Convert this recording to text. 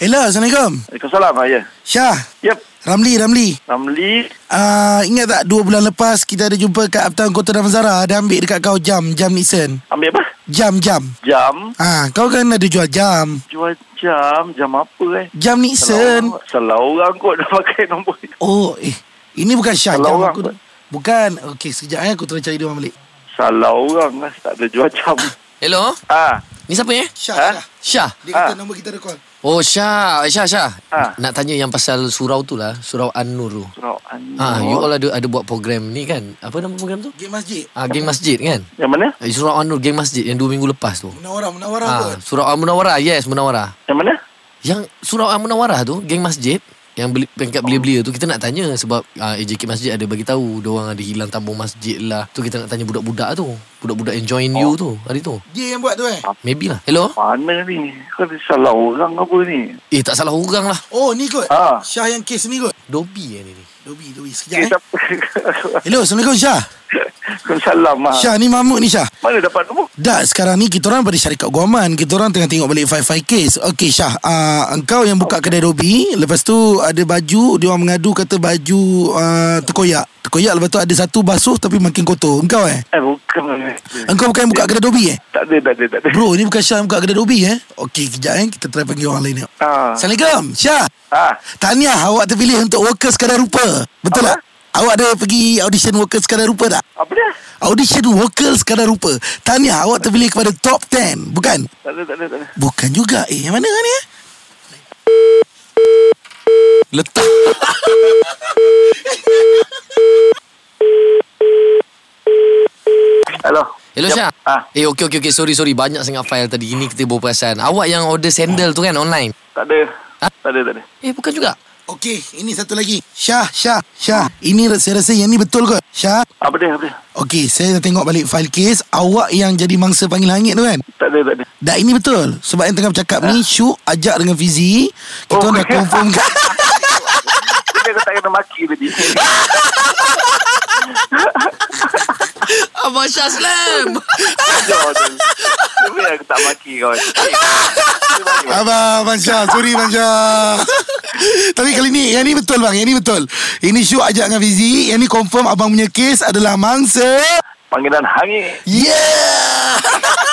Ella, Assalamualaikum. Waalaikumsalam ah, ya. Syah. Yep. Ramli, Ramli. Ramli Uh, ingat tak dua bulan lepas kita ada jumpa kat Aptan Kota Damansara Ada ambil dekat kau jam, jam Nixon ambil apa? Jam, jam Jam. Ah, Kau kan ada jual jam Jual jam. Jam apa eh? Jam Nixon Salah, salah orang kot dah pakai nombor ni. Oh, eh Ini bukan Syah Salah jam orang aku kot. Bukan Okey, sekejap eh Aku try cari dia orang balik Salah orang lah. Tak ada jual jam. Hello? Ha. Ni siapa eh? Syah, Ha? Syah Syah. Dia kata Ah. nombor kita ada call Oh, Syah. Syah, Syah. Ha. Nak tanya yang pasal surau tu lah. Surau An-Nur tu. Surau Ha, you An-Nur. all ada ada buat program ni kan? Apa nama program tu? Gate masjid Ah, geng masjid kan? Yang mana? Eh, Surau An-Nur geng masjid yang dua minggu lepas tu. Munawarah, munawarah Ah, pun surau Al-Munawarah. Yes, Munawarah. Yang mana? Yang surau Al-Munawarah tu, geng masjid yang beli yang kat belia-belia tu kita nak tanya sebab uh, AJK Masjid ada bagi tahu dia orang ada hilang tambung masjid lah. Tu kita nak tanya budak-budak tu. Budak-budak yang join you tu hari tu. Dia yang buat tu eh Maybe lah. Hello? Mana ni? Kau ada salah orang apa ni? Eh tak salah orang lah. Oh, ni kot Ah. Syah yang kes ni kot Dobi yang ni. Dobi, Dobi Eh, Sekejap eh tak- Hello, Assalamualaikum Syah Ha. Kau salam ah. Syah ni Mahmud ni Syah Mana dapat nombor? Dah sekarang ni kita orang pada syarikat guaman Kita orang tengah tengok balik file-file case Okey Syah uh, Engkau yang buka kedai Dobi Lepas tu ada baju Dia orang mengadu kata baju uh, terkoyak Terkoyak lepas tu ada satu basuh tapi makin kotor Engkau eh Eh, bukan. Engkau bukan yang buka kedai Dobi eh Tak ada, tak ada, tak ada. Bro ni bukan Syah yang buka kedai Dobi eh Okey kejap eh Kita try panggil orang lain ni Ha. Assalamualaikum Syah Ha. Tahniah awak terpilih untuk workers kadar rupa Betul tak? Apa? Awak ada pergi audition workers kadar rupa tak? Apa dia? Audition workers kadar rupa Tahniah awak terpilih kepada top 10 Bukan? Tak ada, tak ada, tak ada. Bukan juga Eh yang mana ni eh Letak. Hello. Hello Yap. Syah. Ah, Eh okey okey okey sorry sorry banyak sangat file tadi ini kita baru perasan. Awak yang order sandal tu kan online. tak ada. Ha? Tak ada, tak ada. Eh bukan juga. Okey, ini satu lagi. Syah, Syah, Syah. Ini saya rasa yang ni betul kot. Syah. Apa dia, apa dia? Okey, saya dah tengok balik file kes. Awak yang jadi mangsa panggil langit tu kan? Tak ada, tak ada. Dah ini betul. Sebab yang tengah bercakap ni, Syuk ajak dengan Fizi. Kita Oh. dah confirmkan. Dia kata kena maki tadi. Abang Syah Slam. Jauh tu. Cuba aku tak maki kau. Abang, Abang Syah. Sorry, Abang Syah. Tapi kali ni, yang ni betul bang. Yang ni betul. Ini Syuk ajak dengan Fizi. Yang ni confirm abang punya kes adalah mangsa. Panggilan hangi. Yeah!